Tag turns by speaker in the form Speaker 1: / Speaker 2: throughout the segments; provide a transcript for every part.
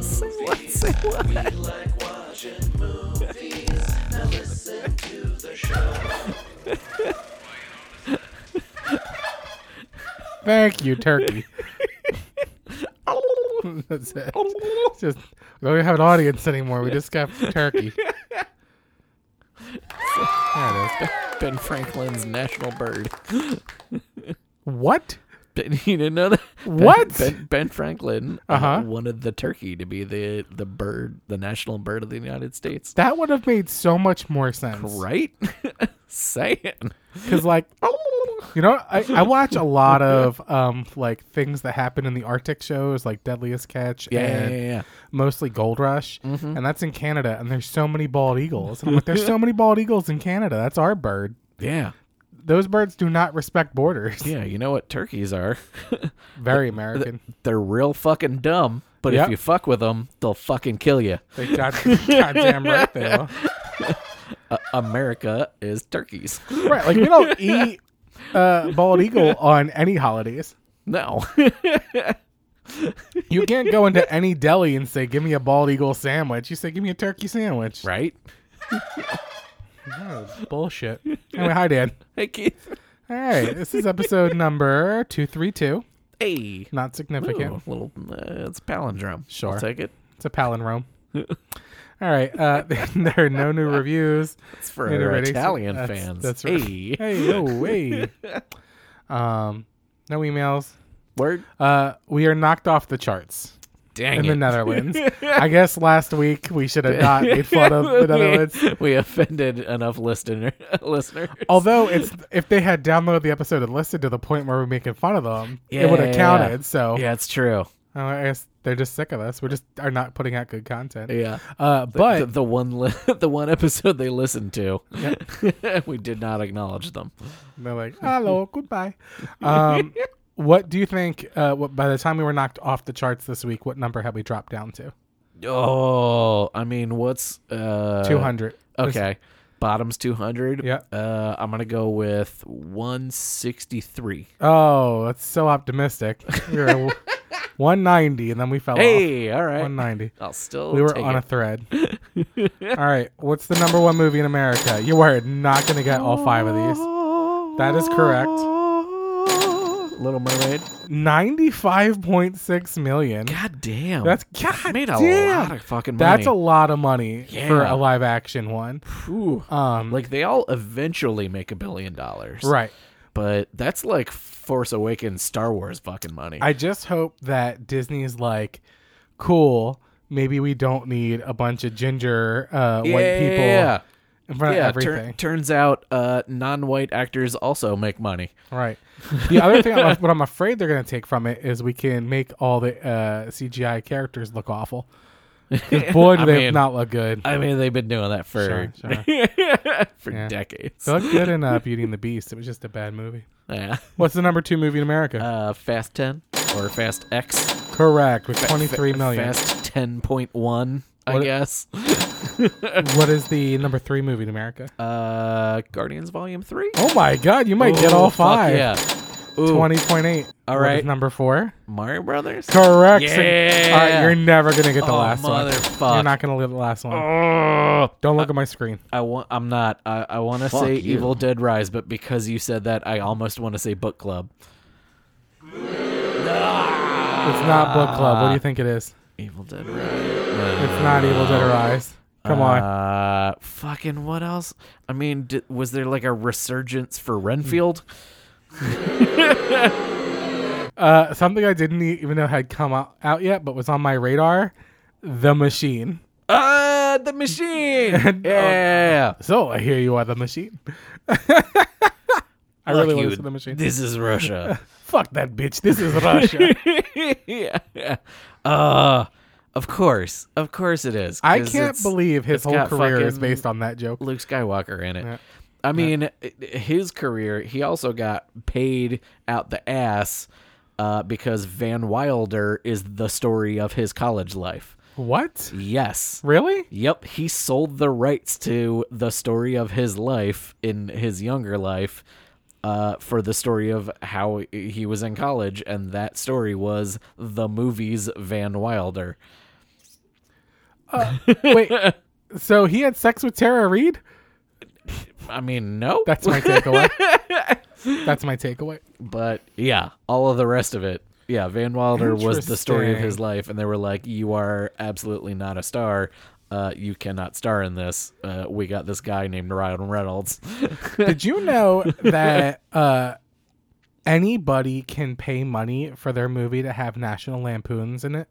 Speaker 1: Say what? Say what?
Speaker 2: Thank you, turkey. That's it. It's Just we don't have an audience anymore. We just got turkey. There it is.
Speaker 1: Ben Franklin's national bird.
Speaker 2: What?
Speaker 1: Ben- You didn't know that? Ben-
Speaker 2: What?
Speaker 1: Ben, ben Franklin
Speaker 2: Uh-huh.
Speaker 1: wanted the turkey to be the the bird, the national bird of the United States.
Speaker 2: That would have made so much more sense.
Speaker 1: Right? Saying.
Speaker 2: Because like, you know, I, I watch a lot of um like things that happen in the Arctic shows, like Deadliest Catch
Speaker 1: Yeah, yeah,
Speaker 2: and
Speaker 1: yeah.
Speaker 2: mostly Gold Rush, and that's in Canada. And there's so many bald eagles. And I'm like, there's so many bald eagles in Canada. That's our bird.
Speaker 1: Yeah.
Speaker 2: Those birds do not respect borders.
Speaker 1: Yeah, you know what turkeys are?
Speaker 2: Very American.
Speaker 1: They're real fucking dumb, but
Speaker 2: Yep.
Speaker 1: if you fuck with them, they'll fucking kill you.
Speaker 2: They got goddamn right they will.
Speaker 1: Uh, America is turkeys.
Speaker 2: Right, like we don't eat uh, bald eagle on any holidays.
Speaker 1: No.
Speaker 2: You can't go into any deli and say, "Give me a bald eagle sandwich." You say, "Give me a turkey sandwich."
Speaker 1: right?
Speaker 2: Oh, bullshit. Anyway, hi Dan.
Speaker 1: Hey, Keith.
Speaker 2: All right, this is episode number two three two.
Speaker 1: Hey.
Speaker 2: Not significant.
Speaker 1: Ooh, little, uh, it's a palindrome.
Speaker 2: Sure.
Speaker 1: I'll take it.
Speaker 2: It's a palindrome. All right, uh, there are no new reviews.
Speaker 1: It's for
Speaker 2: Ain't
Speaker 1: our
Speaker 2: nobody-
Speaker 1: Italian
Speaker 2: that's-
Speaker 1: fans.
Speaker 2: that's right.
Speaker 1: Hey.
Speaker 2: Hey, oh, hey. Um, no emails.
Speaker 1: Word.
Speaker 2: Uh, we are knocked off the charts.
Speaker 1: Dang
Speaker 2: in
Speaker 1: it.
Speaker 2: the Netherlands. I guess last week we should have not made fun of the Netherlands.
Speaker 1: we, we offended enough listener listeners.
Speaker 2: Although it's if they had downloaded the episode and listened to the point where we're making fun of them,
Speaker 1: Yeah,
Speaker 2: it would have
Speaker 1: yeah,
Speaker 2: counted. So
Speaker 1: yeah, it's true.
Speaker 2: uh, I guess they're just sick of us. We just are not putting out good content.
Speaker 1: Yeah,
Speaker 2: Uh, but
Speaker 1: the, the one li- the one episode they listened to, we did not acknowledge them.
Speaker 2: they're like, "Hello, goodbye." Um, what do you think? Uh, what, by the time we were knocked off the charts this week, what number had we dropped down to?
Speaker 1: Oh, I mean, what's uh
Speaker 2: Two hundred.
Speaker 1: Okay, bottoms two hundred.
Speaker 2: Yeah.
Speaker 1: Uh, I'm gonna go with one sixty three.
Speaker 2: Oh, that's so optimistic. We were one ninety, and then we fell off.
Speaker 1: Hey, all right.
Speaker 2: One ninety.
Speaker 1: I'll still.
Speaker 2: We were
Speaker 1: take
Speaker 2: on
Speaker 1: it.
Speaker 2: a thread. all right, what's the number one movie in America? You are not going to get all five of these. That is correct.
Speaker 1: Little Mermaid.
Speaker 2: Ninety-five point six million.
Speaker 1: God damn.
Speaker 2: That's God
Speaker 1: made a
Speaker 2: damn.
Speaker 1: lot of fucking money.
Speaker 2: That's a lot of money for
Speaker 1: Yeah.
Speaker 2: a live-action one.
Speaker 1: Ooh.
Speaker 2: Um,
Speaker 1: like they all eventually make a billion dollars.
Speaker 2: right.
Speaker 1: But that's like Force Awakens Star Wars fucking money.
Speaker 2: I just hope that Disney's like, cool. Maybe we don't need a bunch of ginger uh, white people
Speaker 1: Yeah.
Speaker 2: in front
Speaker 1: yeah,
Speaker 2: of
Speaker 1: tur-
Speaker 2: everything.
Speaker 1: turns out uh, non-white actors also make money.
Speaker 2: Right. The other thing, I'm, what I'm afraid they're going to take from it is we can make all the uh, CGI characters look awful. 'Cause Boy, do
Speaker 1: I
Speaker 2: they
Speaker 1: mean-
Speaker 2: not look good.
Speaker 1: I mean, they've been doing that for
Speaker 2: Sure,
Speaker 1: for
Speaker 2: Yeah.
Speaker 1: decades.
Speaker 2: They look good in uh, Beauty and the Beast. It was just a bad movie.
Speaker 1: Yeah.
Speaker 2: What's the number two movie in America?
Speaker 1: Uh, Fast 10 or Fast X.
Speaker 2: Correct, with 23 million.
Speaker 1: Fast 10.1, I
Speaker 2: What-
Speaker 1: guess.
Speaker 2: What is the number three movie in America?
Speaker 1: Uh, Guardians Volume 3.
Speaker 2: Oh my God, you might get
Speaker 1: Ooh,
Speaker 2: all
Speaker 1: fuck
Speaker 2: five.
Speaker 1: yeah. Ooh,
Speaker 2: 20.8.
Speaker 1: All
Speaker 2: What is
Speaker 1: right.
Speaker 2: number four?
Speaker 1: Mario Brothers?
Speaker 2: Correct. So-
Speaker 1: Yeah.
Speaker 2: All right, you're never going to get the
Speaker 1: Oh,
Speaker 2: last one.
Speaker 1: motherfuck.
Speaker 2: You're not going to live the last one.
Speaker 1: Oh,
Speaker 2: Don't look at my screen.
Speaker 1: I want. I'm not. I, I want to
Speaker 3: Fuck
Speaker 1: say
Speaker 3: you.
Speaker 1: Evil Dead Rise, but because you said that, I almost want to say Book Club.
Speaker 2: It's not Book Club.
Speaker 1: Uh,
Speaker 2: What do you think it is?
Speaker 1: Evil Dead Rise.
Speaker 2: It's not Evil Dead Rise. Come on.
Speaker 1: Uh, fucking what else? I mean, d was there like a resurgence for Renfield?
Speaker 2: Uh, something I didn't e- even know had come out, out yet, but was on my radar The Machine.
Speaker 1: Uh, the
Speaker 2: Oh.
Speaker 1: machine. yeah.
Speaker 2: So I hear you are The Machine. I really want to see The Machine.
Speaker 1: This is Russia.
Speaker 2: Fuck that bitch. This is Russia.
Speaker 1: yeah. Uh, of course, of course it is.
Speaker 2: I
Speaker 1: 'cause
Speaker 2: can't
Speaker 1: it's
Speaker 2: believe his whole
Speaker 1: got
Speaker 2: career is
Speaker 1: fucking-
Speaker 2: based on that joke.
Speaker 1: Luke Skywalker in it.
Speaker 2: Yeah.
Speaker 1: I mean, i- his career. He also got paid out the ass uh, because Van Wilder is the story of his college life.
Speaker 2: What?
Speaker 1: Yes.
Speaker 2: Really?
Speaker 1: Yep, he sold the rights to the story of his life in his younger life uh, for the story of how he was in college, and that story was the movies Van Wilder.
Speaker 2: Wait, so he had sex with Tara Reed?
Speaker 1: I mean, no,
Speaker 2: That's my takeaway. That's my takeaway.
Speaker 1: but yeah, all of the rest of it. Yeah, Van Wilder was the story of his
Speaker 2: Interesting.
Speaker 1: life, and they were like, "You are absolutely not a star. Uh, you cannot star in this. Uh, we got this guy named Ryan Reynolds."
Speaker 2: Did you know that uh, anybody can pay money for their movie to have National Lampoons in it?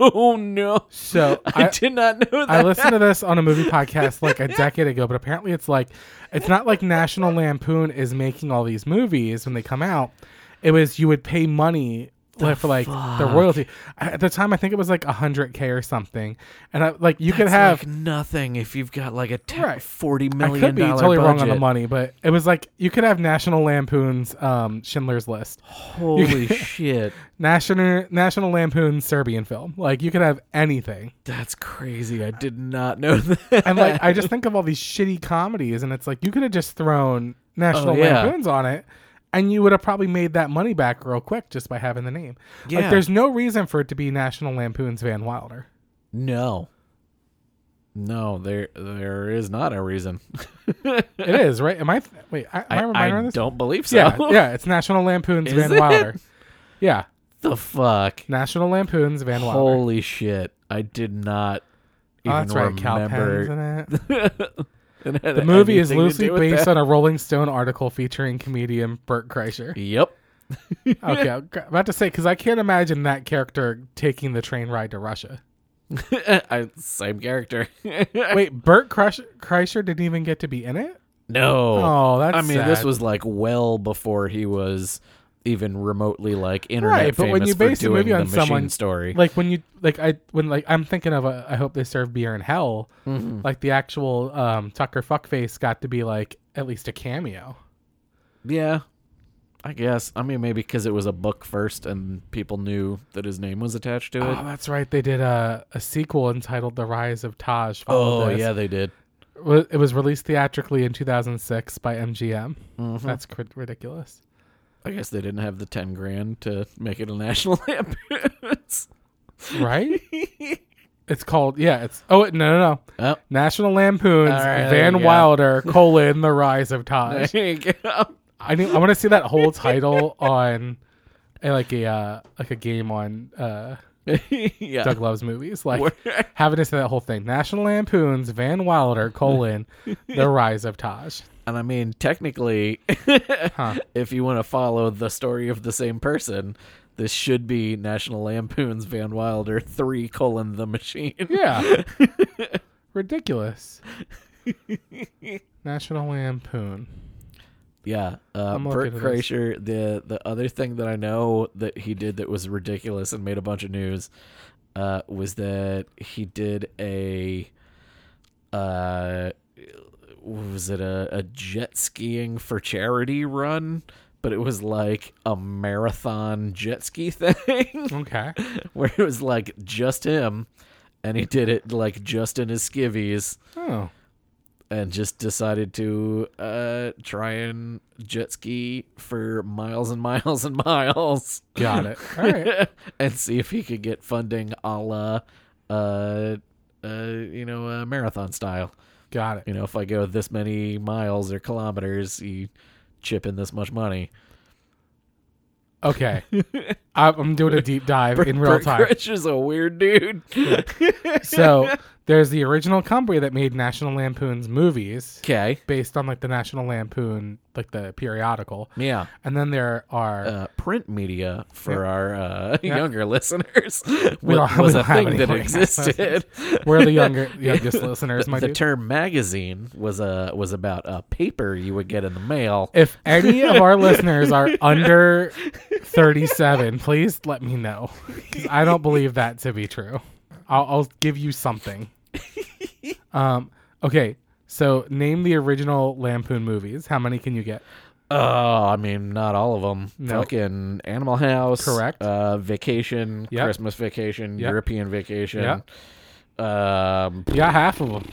Speaker 1: oh no!
Speaker 2: So
Speaker 1: I,
Speaker 2: I,
Speaker 1: did not know that.
Speaker 2: I listened to this on a movie podcast like a decade ago, but apparently it's like it's not like National Lampoon is making all these movies when they come out. It was you would pay money like, for like the royalty. I- At the time, I think it was like hundred k or something, and I, like you could
Speaker 1: It's
Speaker 2: have.
Speaker 1: like nothing if you've got like a te-
Speaker 2: Right.
Speaker 1: forty
Speaker 2: I
Speaker 1: million
Speaker 2: could be
Speaker 1: dollar
Speaker 2: totally wrong on the
Speaker 1: budget.
Speaker 2: money, but it was like you could have National Lampoon's um, Schindler's List,
Speaker 1: Holy shit!
Speaker 2: National National Lampoon's Serbian film. Like you could have anything.
Speaker 1: That's crazy. I did not know that.
Speaker 2: and like I just think of all these shitty comedies, and it's like you could have just thrown National
Speaker 1: Oh, yeah.
Speaker 2: Lampoons on it, and you would have probably made that money back real quick just by having the name.
Speaker 1: Yeah.
Speaker 2: Like, there's no reason for it to be National Lampoon's Van Wilder.
Speaker 1: no, no, there there is not a reason.
Speaker 2: It is right. Am I? Th- wait, I, am I,
Speaker 1: I,
Speaker 2: remembering
Speaker 1: I
Speaker 2: this?
Speaker 1: don't believe so.
Speaker 2: yeah, yeah. It's National Lampoon's
Speaker 1: Is
Speaker 2: Van
Speaker 1: it?
Speaker 2: Wilder. Yeah,
Speaker 1: the fuck?
Speaker 2: National Lampoon's Van Wilder.
Speaker 1: Holy shit! I did not
Speaker 2: Oh,
Speaker 1: even
Speaker 2: that's right. Cal Penn's
Speaker 1: remember.
Speaker 2: in it.
Speaker 1: The
Speaker 2: The movie is loosely based on a Rolling Stone article featuring comedian Burt Kreischer.
Speaker 1: Yep.
Speaker 2: Okay, I'm about to say because I can't imagine that character taking the train ride to Russia.
Speaker 1: I, same character.
Speaker 2: Wait, Bert Kreischer, Kreischer didn't even get to be in it.
Speaker 1: no.
Speaker 2: Oh, that's.
Speaker 1: I mean, this
Speaker 2: sad.
Speaker 1: was like well before he was even remotely like internet
Speaker 2: Right, but
Speaker 1: famous
Speaker 2: when you base
Speaker 1: for
Speaker 2: a
Speaker 1: doing
Speaker 2: movie on
Speaker 1: the machine
Speaker 2: someone-
Speaker 1: story.
Speaker 2: like when you like I when like I'm thinking of uh, I hope they serve beer in hell.
Speaker 1: Mm-hmm. Hmm.
Speaker 2: Like the actual um, Tucker fuckface got to be like at least a cameo.
Speaker 1: yeah, I guess. I mean, maybe because it was a book first, and people knew that his name was attached to
Speaker 2: Oh,
Speaker 1: it.
Speaker 2: that's right. They did a, a sequel entitled The Rise of Taj.
Speaker 1: Oh,
Speaker 2: followed this.
Speaker 1: yeah, they did.
Speaker 2: Wa- It was released theatrically in 2006 by MGM.
Speaker 1: Mm-hmm.
Speaker 2: That's cr- ridiculous.
Speaker 1: I guess they didn't have the ten grand to make it a national lampoons.
Speaker 2: Right? it's called yeah, it's Oh, wait, no, no, no.
Speaker 1: oh,
Speaker 2: National Lampoon's
Speaker 1: All right, there you
Speaker 2: Van
Speaker 1: go.
Speaker 2: Wilder colon The Rise of Taj.
Speaker 1: there you go.
Speaker 2: I need, I want to see that whole title on uh, like a uh, like a game on uh,
Speaker 1: yeah.
Speaker 2: Doug Loves movies. Like having to see that whole thing. National Lampoon's Van Wilder colon The Rise of Taj.
Speaker 1: And I mean, technically, if you want to follow the story of the same person, this should be National Lampoon's Van Wilder 3 colon the machine.
Speaker 2: Yeah. Ridiculous. National Lampoon.
Speaker 1: Yeah. Uh,
Speaker 2: I'm
Speaker 1: Bert
Speaker 2: looking at this.
Speaker 1: Kreischer, the, the other thing that I know that he did that was ridiculous and made a bunch of news uh, was that he did a. Uh, was it a, a jet skiing for charity run? But it was like a marathon jet ski thing.
Speaker 2: Okay.
Speaker 1: where it was like just him and he did it like just in his skivvies
Speaker 2: Oh.
Speaker 1: and just decided to uh try and jet ski for miles and miles and miles
Speaker 2: Got it. All right.
Speaker 1: and see if he could get funding a la uh uh you know uh, marathon style
Speaker 2: Got it.
Speaker 1: you know if i go this many miles or kilometers you chip in this much money
Speaker 2: Okay. I- I'm doing a deep dive in real
Speaker 1: Bert
Speaker 2: time.
Speaker 1: Kreischer's a weird dude
Speaker 2: So there's the original company that made National Lampoon's movies
Speaker 1: okay
Speaker 2: based on like the National Lampoon, like the periodical.
Speaker 1: yeah
Speaker 2: And then there are
Speaker 1: uh, print media for our uh, younger listeners
Speaker 2: We don't-
Speaker 1: wa- was
Speaker 2: we
Speaker 1: a
Speaker 2: don't have
Speaker 1: thing
Speaker 2: any
Speaker 1: that
Speaker 2: young
Speaker 1: existed.
Speaker 2: we're the younger youngest listeners, my
Speaker 1: the
Speaker 2: dude.
Speaker 1: term magazine was a was about a paper you would get in the mail.
Speaker 2: if any of our listeners are under 37, please let me know. 'Cause I don't believe that to be true. I'll, I'll give you something. Um. Okay. So name the original Lampoon movies. How many can you get?
Speaker 1: Oh, I mean, not all of them.
Speaker 2: No.
Speaker 1: Fucking Animal House,
Speaker 2: Correct.
Speaker 1: Uh, vacation,
Speaker 2: Yep.
Speaker 1: Christmas vacation,
Speaker 2: Yep.
Speaker 1: European vacation.
Speaker 2: Yep.
Speaker 1: Um,
Speaker 2: You got half of them.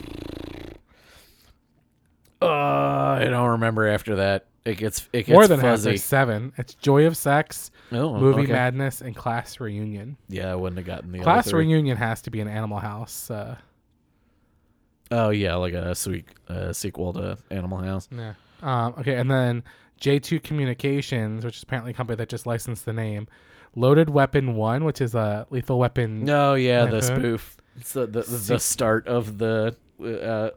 Speaker 1: uh, I don't remember after that. It gets it gets
Speaker 2: More than half.
Speaker 1: fuzzy.
Speaker 2: There's seven. It's Joy of Sex,
Speaker 1: Oh,
Speaker 2: Movie
Speaker 1: okay.
Speaker 2: Madness, and Class Reunion.
Speaker 1: Yeah, I wouldn't have gotten the other
Speaker 2: Class
Speaker 1: three.
Speaker 2: Reunion has to be an Animal House. Uh,
Speaker 1: Oh yeah, like a sweet uh, sequel to Animal House.
Speaker 2: Yeah. Um, okay, and then J2 Communications, which is apparently a company that just licensed the name, Loaded Weapon 1, which is a lethal weapon.
Speaker 1: No, yeah, the
Speaker 2: Like that.
Speaker 1: spoof. It's the, the,
Speaker 2: Se-
Speaker 1: the start of the uh,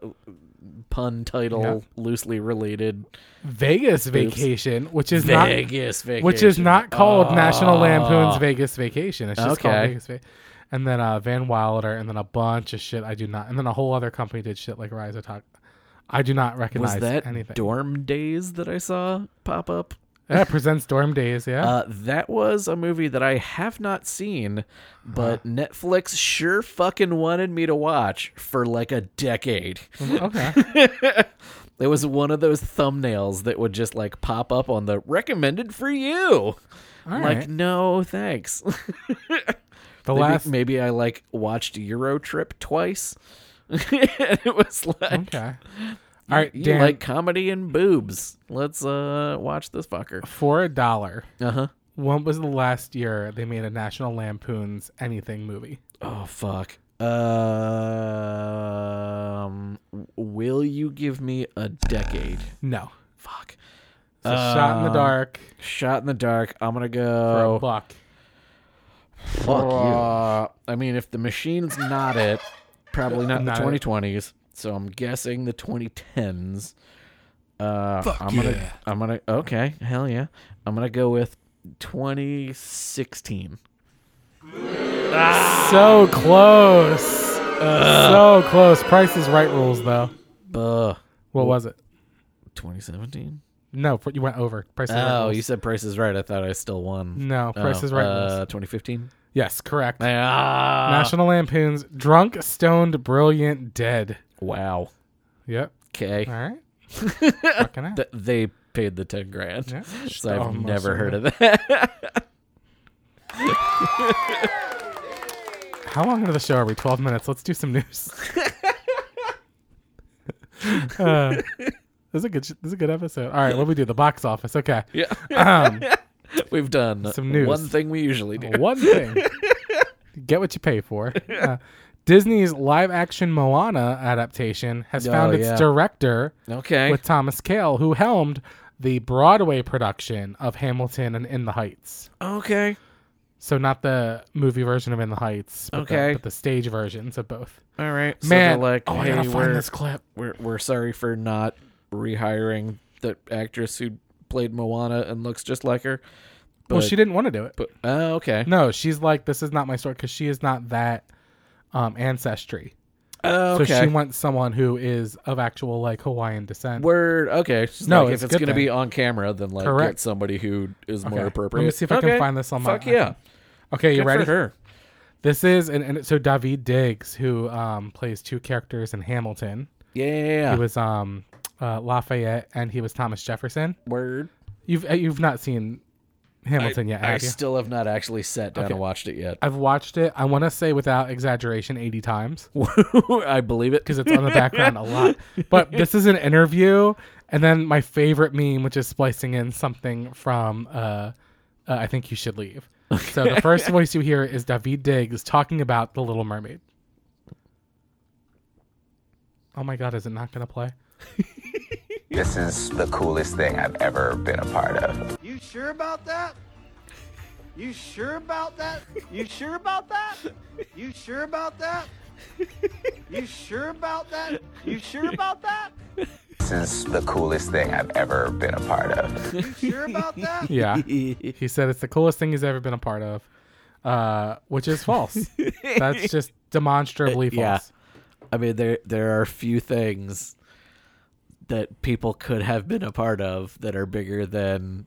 Speaker 1: pun title
Speaker 2: Yeah.
Speaker 1: loosely related
Speaker 2: Vegas
Speaker 1: Oops.
Speaker 2: Vacation, which is
Speaker 1: Vegas
Speaker 2: not
Speaker 1: vacation,
Speaker 2: which is not called National
Speaker 1: Oh.
Speaker 2: Lampoon's Vegas Vacation. It's just called
Speaker 1: Okay.
Speaker 2: Vegas Vacation. And then uh, Van Wilder, and then a bunch of shit I do not, and then a whole other company did shit like Rise of Talk. I do not
Speaker 1: Was
Speaker 2: recognize
Speaker 1: that
Speaker 2: anything.
Speaker 1: Dorm Days that I saw pop up?
Speaker 2: yeah, it presents Dorm Days, yeah.
Speaker 1: Uh, that was a movie that I have not seen, but Netflix sure fucking wanted me to watch for like a decade.
Speaker 2: okay.
Speaker 1: It was one of those thumbnails that would just like pop up on the recommended for you.
Speaker 2: All
Speaker 1: like,
Speaker 2: right.
Speaker 1: no, thanks.
Speaker 2: The
Speaker 1: maybe,
Speaker 2: last
Speaker 1: maybe I like watched Euro Trip twice. and it was like
Speaker 2: Okay. All right,
Speaker 1: you
Speaker 2: Dan.
Speaker 1: like comedy and boobs. Let's uh watch this fucker.
Speaker 2: for a dollar,
Speaker 1: Uh-huh.
Speaker 2: when was the last year they made a National Lampoon's anything movie?
Speaker 1: Oh fuck. Um will you give me a decade?
Speaker 2: No.
Speaker 1: Fuck.
Speaker 2: It's a shot in the
Speaker 1: Um, oh.
Speaker 2: dark
Speaker 1: Shot in the dark. I'm gonna
Speaker 2: for
Speaker 1: go
Speaker 2: a buck.
Speaker 1: Fuck you. Uh, I mean, if the machine's not it, probably not,
Speaker 2: Not it.
Speaker 1: the 2020s. So I'm guessing the 2010s. Uh, I'm gonna,
Speaker 2: yeah.
Speaker 1: I'm gonna, okay, hell yeah. I'm gonna go with 2016.
Speaker 2: So close. So close. Price is right rules though.
Speaker 1: Buh.
Speaker 2: What was it?
Speaker 1: 2017.
Speaker 2: No, for- you went over. Price is right
Speaker 1: Oh,
Speaker 2: rules.
Speaker 1: you said Price is Right. I thought I still won.
Speaker 2: no, Price
Speaker 1: Oh,
Speaker 2: is right
Speaker 1: Uh,
Speaker 2: rules.
Speaker 1: 2015.
Speaker 2: Yes, correct.
Speaker 1: Ah,
Speaker 2: National Lampoon's Drunk, Stoned, Brilliant, Dead.
Speaker 1: wow.
Speaker 2: Yep.
Speaker 1: Okay.
Speaker 2: All right. Fucking hell.
Speaker 1: Th- they paid the 10 grand.
Speaker 2: Yeah.
Speaker 1: So I've
Speaker 2: Almost
Speaker 1: never heard
Speaker 2: over.
Speaker 1: of that.
Speaker 2: How long into the show are we? 12 minutes. Let's do some news. uh, this is a good sh- this is a good episode. All right, what do we do? The box office. Okay.
Speaker 1: yeah.
Speaker 2: Um,
Speaker 1: We've done
Speaker 2: Some news.
Speaker 1: one thing we usually do.
Speaker 2: one thing. Get what you pay for. Uh, Disney's live action Moana adaptation has
Speaker 1: Oh,
Speaker 2: found its
Speaker 1: yeah.
Speaker 2: director
Speaker 1: Okay.
Speaker 2: with Thomas Kail, who helmed the Broadway production of Hamilton and In the Heights.
Speaker 1: okay.
Speaker 2: So not the movie version of In the Heights, but,
Speaker 1: Okay.
Speaker 2: the, but the stage versions of both.
Speaker 1: All right. So
Speaker 2: Man,
Speaker 1: they're like,
Speaker 2: oh, I
Speaker 1: hey,
Speaker 2: gotta
Speaker 1: we're,
Speaker 2: find this clip.
Speaker 1: we're we're sorry for not rehiring the actress who played Moana and looks just like her. But,
Speaker 2: well, she didn't want to do it.
Speaker 1: But, oh, okay.
Speaker 2: No, she's like, this is not my story because she is not that um, ancestry.
Speaker 1: Oh, okay.
Speaker 2: So she wants someone who is of actual like Hawaiian descent.
Speaker 1: Word. Okay. She's
Speaker 2: No,
Speaker 1: like,
Speaker 2: it's
Speaker 1: if it's
Speaker 2: good
Speaker 1: gonna be
Speaker 2: then.
Speaker 1: on camera, then like
Speaker 2: Correct.
Speaker 1: get somebody who is
Speaker 2: Okay.
Speaker 1: more appropriate.
Speaker 2: Let me see if I
Speaker 1: Okay.
Speaker 2: can find this on my.
Speaker 1: Fuck yeah.
Speaker 2: Okay, you
Speaker 1: Good for
Speaker 2: ready?
Speaker 1: her.
Speaker 2: This is and, and so David Diggs, who um, plays two characters in Hamilton,
Speaker 1: Yeah.
Speaker 2: he was um, uh, Lafayette and he was Thomas Jefferson.
Speaker 1: Word.
Speaker 2: You've uh, you've not seen Hamilton yet,
Speaker 1: I
Speaker 2: have you?
Speaker 1: still have not actually sat down and watched it yet.
Speaker 2: I've watched it. I want to say without exaggeration, eighty times.
Speaker 1: I believe it.
Speaker 2: because it's on the background a lot. But this is an interview, and then my favorite meme, which is splicing in something from uh, uh, "I Think You Should Leave." So the first voice you hear is David Diggs talking about the Little Mermaid. Oh my God! Is it not going to play?
Speaker 3: This is the coolest thing I've ever been a part of.
Speaker 4: You sure about that? You sure about that? You sure about that? You sure about that? You sure about that? You sure about that?
Speaker 3: This is the coolest thing I've ever been a part of.
Speaker 4: You sure about that?
Speaker 2: Yeah, he said it's the coolest thing he's ever been a part of, uh, which is false. That's just demonstrably false.
Speaker 1: Yeah. I mean, there there are few things that people could have been a part of that are bigger than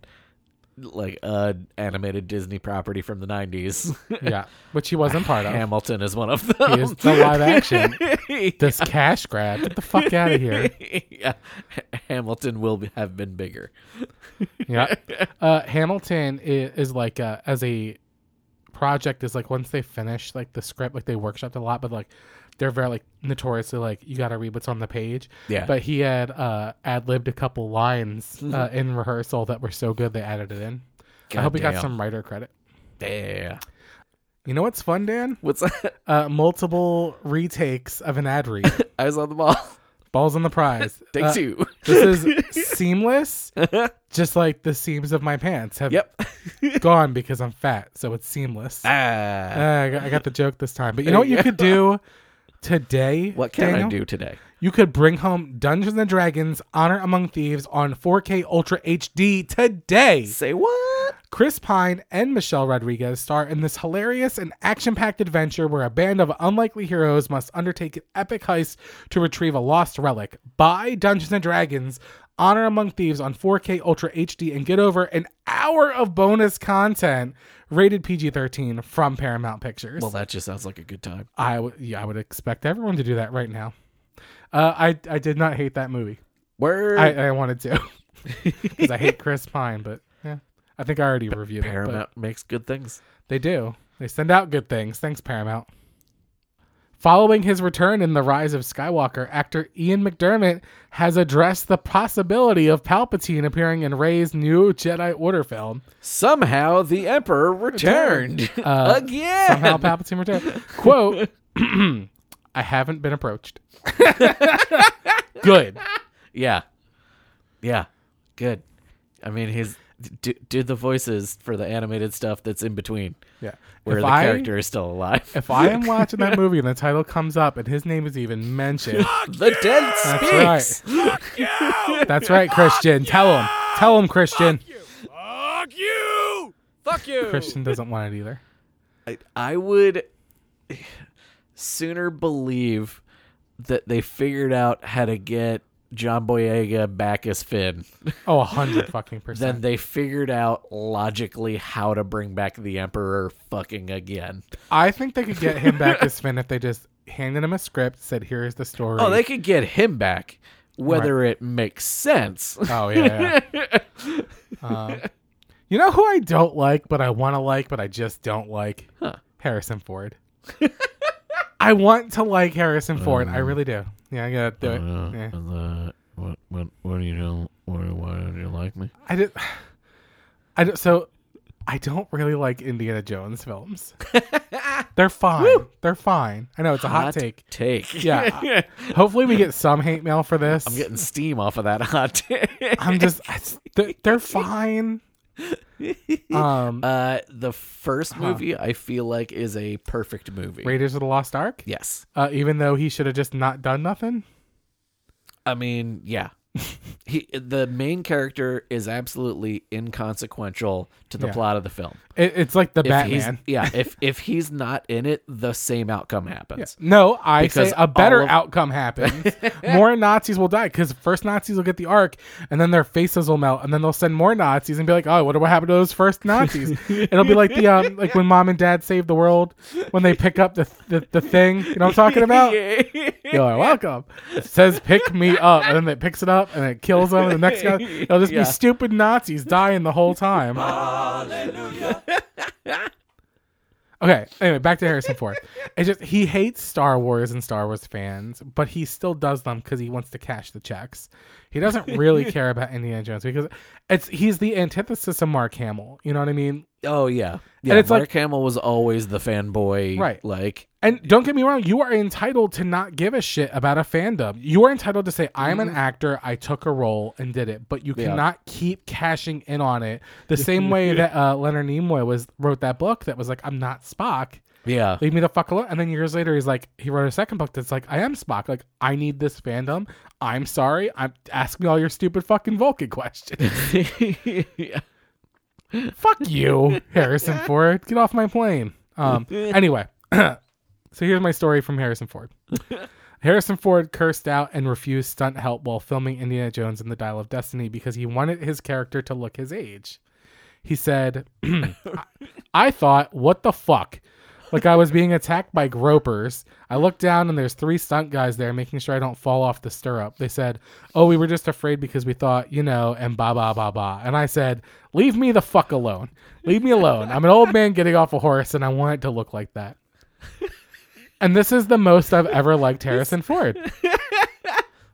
Speaker 1: like an animated Disney property from the '90s.
Speaker 2: Yeah, which he wasn't part of.
Speaker 1: Hamilton is one of
Speaker 2: He
Speaker 1: them.
Speaker 2: is the live action. This cash grab. Get the fuck out of here.
Speaker 1: yeah, Ha- Hamilton will be- have been bigger.
Speaker 2: Yeah. Uh, Hamilton is, is like uh as a project is like once they finish like the script, like they workshopped a lot, but like they're very like notoriously like you got to read what's on the page.
Speaker 1: Yeah.
Speaker 2: But he had uh, ad libbed a couple lines
Speaker 1: Mm-hmm.
Speaker 2: uh, in rehearsal that were so good they added it in. I hope he got
Speaker 1: Goddamn.
Speaker 2: some writer credit.
Speaker 1: Yeah.
Speaker 2: You know what's fun, Dan?
Speaker 1: What's that?
Speaker 2: Uh, multiple retakes of an ad read.
Speaker 1: I was on the ball.
Speaker 2: Balls on the prize.
Speaker 1: Take
Speaker 2: Uh,
Speaker 1: two.
Speaker 2: This is seamless, just like the seams of my pants have
Speaker 1: Yep.
Speaker 2: gone because I'm fat, so it's seamless.
Speaker 1: ah.
Speaker 2: Ah, I, got, I got the joke this time. But you know what you could do today?
Speaker 1: What can I
Speaker 2: Daniel?
Speaker 1: do today?
Speaker 2: You could bring home Dungeons and Dragons Honor Among Thieves on 4K Ultra HD today.
Speaker 1: Say what?
Speaker 2: Chris Pine and Michelle Rodriguez star in this hilarious and action packed adventure where a band of unlikely heroes must undertake an epic heist to retrieve a lost relic. Buy Dungeons and Dragons Honor Among Thieves on 4K Ultra HD and get over an hour of bonus content rated PG 13 from Paramount Pictures.
Speaker 1: Well, that just sounds like a good time.
Speaker 2: I would yeah, I would expect everyone to do that right now. Uh, I I did not hate that movie.
Speaker 1: Word.
Speaker 2: I, uh, I wanted to because I hate Chris Pine, but yeah, I think I already reviewed it. But
Speaker 1: Paramount makes good things.
Speaker 2: they do. They send out good things. Thanks, Paramount. Following his return in The Rise of Skywalker, actor Ian McDermott has addressed the possibility of Palpatine appearing in Rey's new Jedi Order film.
Speaker 1: Somehow the Emperor returned
Speaker 2: Uh,
Speaker 1: again.
Speaker 2: Somehow Palpatine returned. Quote, I haven't been approached. good.
Speaker 1: Yeah, yeah, good. I mean, his do, do the voices for the animated stuff that's in between,
Speaker 2: Yeah.
Speaker 1: where
Speaker 2: If
Speaker 1: the
Speaker 2: I-
Speaker 1: character is still alive.
Speaker 2: If I am watching that movie and the title comes up and his name is even mentioned,
Speaker 1: the dead
Speaker 2: That's
Speaker 1: speaks.
Speaker 2: that's right, Christian. Tell him. Tell him, Christian.
Speaker 1: Fuck you! Fuck you!
Speaker 2: Christian doesn't want it either.
Speaker 1: I, I would sooner believe that they figured out how to get John Boyega back as Finn
Speaker 2: Oh, a hundred fucking percent.
Speaker 1: than they figured out logically how to bring back the Emperor fucking again.
Speaker 2: I think they could get him back as Finn if they just handed him a script, said, "Here is the story."
Speaker 1: Oh, they could get him back, whether it makes sense.
Speaker 2: Oh, yeah. yeah. Um, you know who I don't like, but I want to like, but I just don't like Harrison Ford. I want to like Harrison Ford.
Speaker 1: Uh.
Speaker 2: I really do. Yeah, I gotta do it. Yeah.
Speaker 1: what, what, what do you know? What, why don't you like me?
Speaker 2: I did. I don't, so I don't really like Indiana Jones films. They're fine. They're fine. I know it's a hot, take.
Speaker 1: Take.
Speaker 2: Yeah. Hopefully, we get some hate mail for this.
Speaker 1: I'm getting steam off of that hot take.
Speaker 2: I'm just I s- they're, they're fine. Um,
Speaker 1: Uh, the first movie I feel like is a perfect movie.
Speaker 2: Raiders of the Lost Ark.
Speaker 1: Yes.
Speaker 2: Uh, even though he should have just not done nothing.
Speaker 1: I mean, yeah. he the main character is absolutely inconsequential to the
Speaker 2: Yeah.
Speaker 1: plot of the film.
Speaker 2: It, it's like the
Speaker 1: If he's-
Speaker 2: Batman.
Speaker 1: yeah, if if he's not in it, the same outcome
Speaker 2: Yeah.
Speaker 1: happens.
Speaker 2: No, I say
Speaker 1: Because
Speaker 2: a better
Speaker 1: all of-
Speaker 2: outcome happens. more Nazis will die because first Nazis will get the Ark, and then their faces will melt, and then they'll send more Nazis and be like, "Oh, what what happened to those first Nazis?" It'll be like the um, like when Mom and Dad saved the world when they pick up the the, the thing. You know what I'm talking about? You're like, welcome. It says pick me up, and then it picks it up and it kills them. And the next guy, it'll just
Speaker 1: Yeah.
Speaker 2: be stupid Nazis dying the whole time. okay. Anyway, back to Harrison Ford. It just he hates Star Wars and Star Wars fans, but he still does them because he wants to cash the checks. He doesn't really care about Indiana Jones because it's he's the antithesis of Mark Hamill. You know what I mean?
Speaker 1: Oh yeah. Yeah,
Speaker 2: it's
Speaker 1: Mark
Speaker 2: like-
Speaker 1: Hamill was always the fanboy
Speaker 2: Right.
Speaker 1: like
Speaker 2: And don't get me wrong, you are entitled to not give a shit about a fandom. You are entitled to say, I'm an actor, I took a role and did it, but you
Speaker 1: Yeah.
Speaker 2: cannot keep cashing in on it the same way that uh, Leonard Nimoy was wrote that book that was like, I'm not Spock.
Speaker 1: Yeah.
Speaker 2: Leave me the fuck alone. And then years later, he's like, he wrote a second book that's like, I am Spock. Like, I need this fandom. I'm sorry. I'm ask me all your stupid fucking Vulcan questions.
Speaker 1: yeah.
Speaker 2: fuck you, Harrison Ford. Get off my plane. Um, anyway, so here's my story from Harrison Ford. Harrison Ford cursed out and refused stunt help while filming Indiana Jones in the Dial of Destiny because he wanted his character to look his age. He said, I, I thought, what the fuck? Like I was being attacked by gropers. I looked down and there's three stunt guys there making sure I don't fall off the stirrup. They said, Oh, we were just afraid because we thought, you know, and ba ba ba ba. And I said, Leave me the fuck alone. Leave me alone. I'm an old man getting off a horse and I want it to look like that. And this is the most I've ever liked Harrison Ford.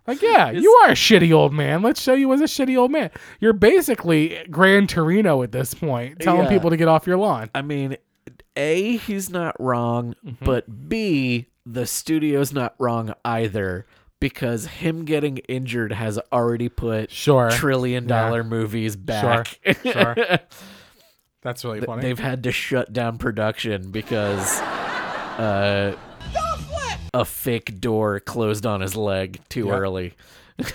Speaker 2: Like, yeah, you are a shitty old man. Let's show you as a shitty old man. You're basically Gran Torino at this point, telling
Speaker 1: Yeah.
Speaker 2: people to get off your lawn.
Speaker 1: I mean, A, he's not wrong,
Speaker 2: Mm-hmm.
Speaker 1: but B, the studio's not wrong either because him getting injured has already put
Speaker 2: Sure.
Speaker 1: trillion dollar movies back.
Speaker 2: Sure. That's really funny.
Speaker 1: They've had to shut down production because uh, a fake door closed on his leg too early.
Speaker 2: Uh,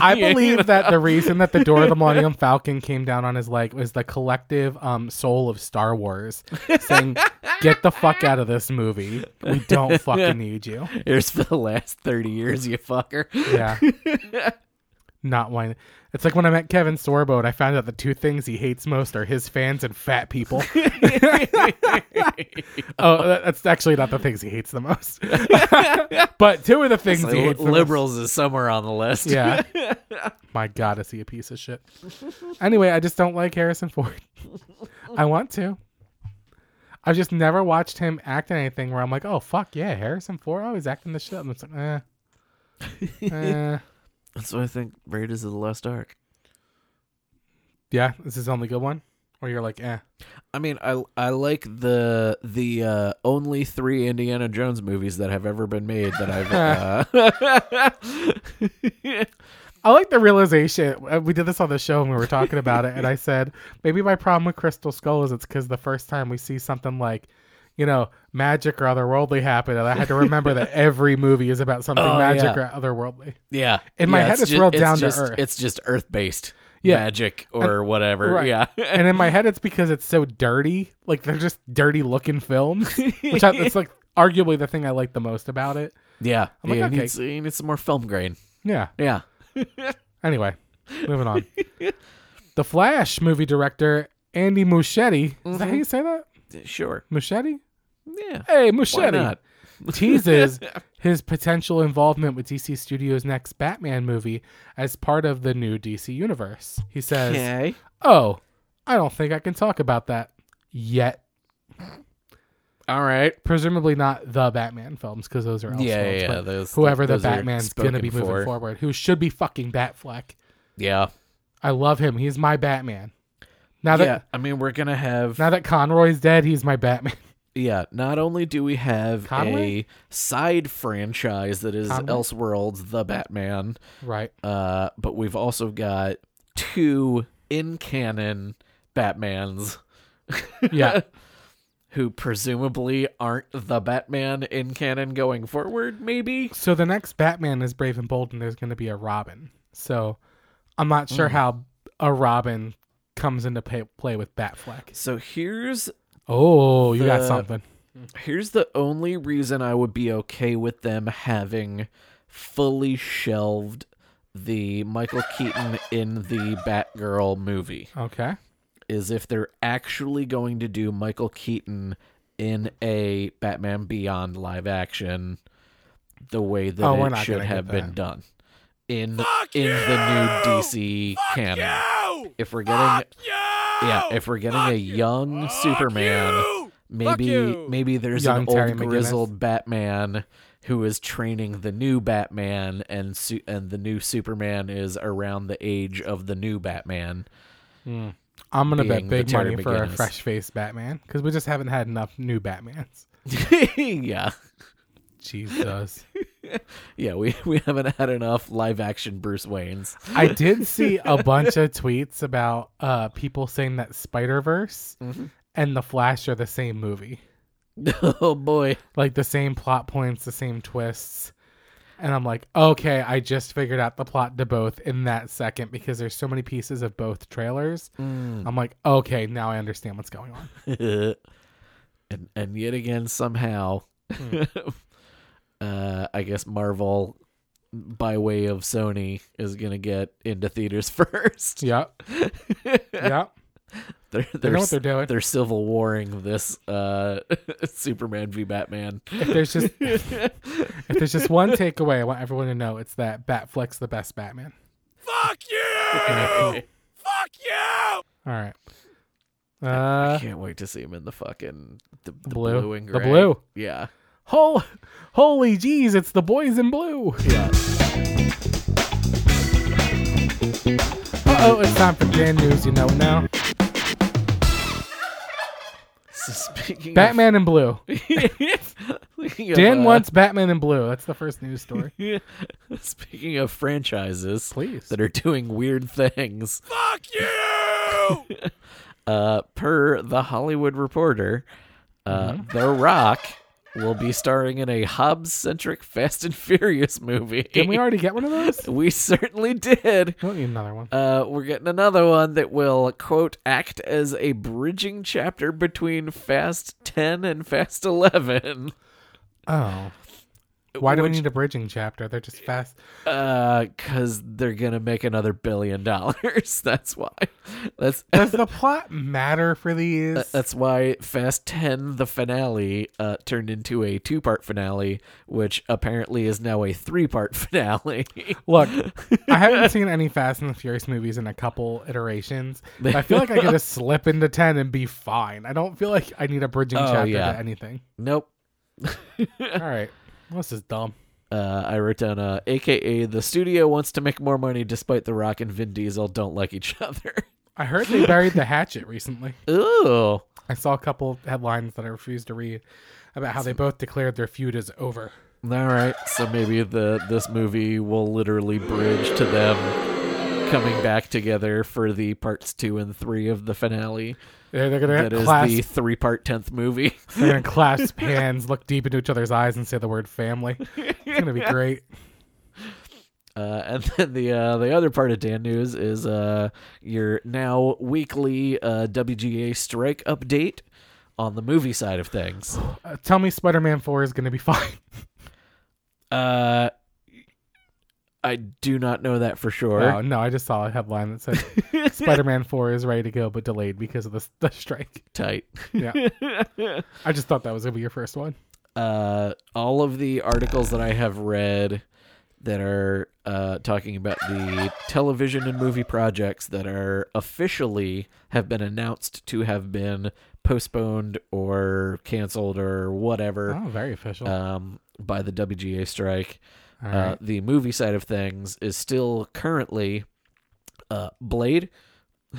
Speaker 2: I believe that the reason that the door of the Millennium Falcon came down on his leg was the collective um, soul of Star Wars saying, "Get the fuck out of this movie. We don't fucking need you."
Speaker 1: Here's for the last 30 years, you fucker.
Speaker 2: Yeah. Not one. It's like when I met Kevin Sorbo and I found out the two things he hates most are his fans and fat people. oh, that- that's actually not the things he hates the most. but two of the things he hates the most-
Speaker 1: Liberals is somewhere on the list.
Speaker 2: Yeah. My God, is he a piece of shit? Anyway, I just don't like Harrison Ford. I want to. I've just never watched him act in anything where I'm like, oh fuck yeah, Harrison Ford. Oh, he's acting this shit. up. And it's like, eh. Eh.
Speaker 1: That's why I think Raiders of the Lost Ark.
Speaker 2: Yeah, this is the only good one. Or you're like, eh.
Speaker 1: I mean, I I like the the uh, only three Indiana Jones movies that have ever been made that I've. Uh...
Speaker 2: I like the realization. uh, We did this on the show and we were talking about it, and I said maybe my problem with Crystal Skull is it's because the first time we see something like, you know, magic or otherworldly happen, and I had to remember that every movie is about something
Speaker 1: Oh,
Speaker 2: magic
Speaker 1: yeah.
Speaker 2: or otherworldly.
Speaker 1: yeah,
Speaker 2: In my
Speaker 1: Yeah,
Speaker 2: head, it's
Speaker 1: ju-
Speaker 2: real down to
Speaker 1: just-
Speaker 2: earth.
Speaker 1: It's just Earth based
Speaker 2: Yeah.
Speaker 1: magic or whatever.
Speaker 2: Right.
Speaker 1: Yeah,
Speaker 2: and in my head, it's because it's so dirty. Like they're just dirty looking films, which I, it's like arguably the thing I like the most about it.
Speaker 1: yeah.
Speaker 2: I'm like,
Speaker 1: yeah,
Speaker 2: okay.
Speaker 1: you, need, s- you need some more film grain.
Speaker 2: Yeah.
Speaker 1: Yeah,
Speaker 2: Anyway, moving on. the Flash movie director Andy Muschietti. Is that how you say that?
Speaker 1: sure.
Speaker 2: Muschietti?
Speaker 1: Yeah,
Speaker 2: Hey,
Speaker 1: Mm-hmm. why
Speaker 2: Muschietti
Speaker 1: not?
Speaker 2: teases his potential involvement with DC Studios' next Batman movie as part of the new DC universe. He says,
Speaker 1: Okay.
Speaker 2: "Oh, I don't think I can talk about that yet.
Speaker 1: All right.
Speaker 2: Presumably not the Batman films because those are
Speaker 1: Yeah,
Speaker 2: Elseworlds,
Speaker 1: yeah, yeah,
Speaker 2: but
Speaker 1: those-
Speaker 2: whoever
Speaker 1: those
Speaker 2: the
Speaker 1: are
Speaker 2: Batman's going to be
Speaker 1: spoken
Speaker 2: moving
Speaker 1: for.
Speaker 2: forward, who should be fucking Batfleck.
Speaker 1: Yeah.
Speaker 2: I love him. He's my Batman. Now that
Speaker 1: Yeah. I mean, we're gonna have
Speaker 2: now that Conroy's dead, he's my Batman.
Speaker 1: Yeah, not only do we have
Speaker 2: Conway?
Speaker 1: a side franchise that is
Speaker 2: Conway?
Speaker 1: Elseworlds The Batman,
Speaker 2: right.
Speaker 1: uh, but we've also got two in canon Batmans
Speaker 2: Yeah.
Speaker 1: who presumably aren't the Batman in canon going forward, maybe?
Speaker 2: So the next Batman is Brave and Bold, and there's going to be a Robin. So I'm not
Speaker 1: Mm.
Speaker 2: sure how a Robin comes into pay, play with Batfleck.
Speaker 1: So here's
Speaker 2: Oh, you got
Speaker 1: The-
Speaker 2: something.
Speaker 1: here's the only reason I would be okay with them having fully shelved the Michael Keaton in the Batgirl movie.
Speaker 2: Okay.
Speaker 1: is if they're actually going to do Michael Keaton in a Batman Beyond live action the way that
Speaker 2: Oh, we're
Speaker 1: it
Speaker 2: not
Speaker 1: should
Speaker 2: gonna
Speaker 1: have
Speaker 2: get
Speaker 1: been
Speaker 2: that.
Speaker 1: done in in the new DC canon. If we're getting yeah, if we're getting a young Superman, maybe maybe there's an
Speaker 2: Young Terry
Speaker 1: old
Speaker 2: McGinnis.
Speaker 1: grizzled Batman who is training the new Batman, and su- and the new Superman is around the age of the new Batman.
Speaker 2: I'm gonna bet
Speaker 1: Being the
Speaker 2: big
Speaker 1: Terry
Speaker 2: money for a
Speaker 1: McGinnis.
Speaker 2: fresh faced Batman because we just haven't had enough new Batmans.
Speaker 1: yeah.
Speaker 2: Jesus.
Speaker 1: Yeah, we, we haven't had enough live action Bruce Wayne's.
Speaker 2: I did see a bunch of tweets about uh, people saying that Spider Verse
Speaker 1: Mm-hmm.
Speaker 2: and The Flash are the same movie,
Speaker 1: oh boy.
Speaker 2: like the same plot points, the same twists. And I'm like, okay, I just figured out the plot to both in that second because there's so many pieces of both trailers. I'm like, okay, now I understand what's going on.
Speaker 1: and and yet again somehow uh I guess Marvel by way of Sony is going to get into theaters first.
Speaker 2: Yep. yep.
Speaker 1: They're,
Speaker 2: They
Speaker 1: they're,
Speaker 2: know what they're doing.
Speaker 1: they're civil warring this uh Superman v Batman.
Speaker 2: if there's just if there's just one takeaway I want everyone to know, it's that Batfleck's the best Batman. All right. Uh,
Speaker 1: I can't wait to see him in the fucking the, the
Speaker 2: Blue.
Speaker 1: and
Speaker 2: The
Speaker 1: gray.
Speaker 2: blue.
Speaker 1: Yeah.
Speaker 2: Hol- holy jeez, it's the boys in blue.
Speaker 1: Yeah.
Speaker 2: Uh-oh, it's time for Dan News You Know Now.
Speaker 1: So speaking
Speaker 2: Batman in Blue.
Speaker 1: Of,
Speaker 2: Dan
Speaker 1: uh,
Speaker 2: wants Batman in Blue. That's the first news story.
Speaker 1: Speaking of franchises
Speaker 2: Please.
Speaker 1: that are doing weird things. Fuck you! uh, per The Hollywood Reporter, uh, The Rock will be starring in a Hobbs centric Fast and Furious movie.
Speaker 2: Didn't we already get one of those?
Speaker 1: We certainly did.
Speaker 2: We don't need another one.
Speaker 1: Uh, we're getting another one that will, quote, act as a bridging chapter between Fast 10 and Fast 11.
Speaker 2: Oh. Why do
Speaker 1: Uh, which-
Speaker 2: we need a bridging chapter? They're just fast.
Speaker 1: Uh, cause they're gonna make another billion dollars. That's why. That's
Speaker 2: Does the plot matter for these?
Speaker 1: that's why Fast Ten, the finale, uh, turned into a two-part finale, which apparently is now a three-part finale.
Speaker 2: Look, I haven't seen any Fast and the Furious movies in a couple iterations. but I feel like I could just slip into 10 and be fine. I don't feel like I need a bridging
Speaker 1: Oh,
Speaker 2: chapter
Speaker 1: yeah.
Speaker 2: to anything.
Speaker 1: nope.
Speaker 2: All right. This is dumb.
Speaker 1: Uh, I wrote down, uh, AKA the studio wants to make more money despite The Rock and Vin Diesel don't like each other.
Speaker 2: I heard they buried the hatchet recently.
Speaker 1: Ooh.
Speaker 2: I saw a couple headlines that I refused to read about how they both declared their feud is over.
Speaker 1: All right, so maybe the this movie will literally bridge to them coming back together for the parts two and three of the finale.
Speaker 2: They're, they're
Speaker 1: That
Speaker 2: gonna
Speaker 1: is
Speaker 2: clasp,
Speaker 1: the three part tenth movie.
Speaker 2: they're gonna clasp hands, look deep into each other's eyes, and say the word family. It's gonna be great.
Speaker 1: Uh, and then the uh, the other part of Dan News is uh, your now weekly uh, WGA strike update on the movie side of things.
Speaker 2: Uh, tell me, Spider-Man Four is gonna be fine.
Speaker 1: Uh, I do not know that for sure.
Speaker 2: Oh, no, I just saw a headline that said Spider-Man Four is ready to go, but delayed because of the, the strike.
Speaker 1: Tight.
Speaker 2: Yeah, I just thought that was gonna be your first one.
Speaker 1: uh, all of the articles that I have read that are uh, talking about the television and movie projects that are officially have been announced to have been postponed or canceled or whatever
Speaker 2: Oh, very official.
Speaker 1: um, by the WGA strike.
Speaker 2: All
Speaker 1: Uh,
Speaker 2: right.
Speaker 1: the movie side of things is still currently uh, Blade uh,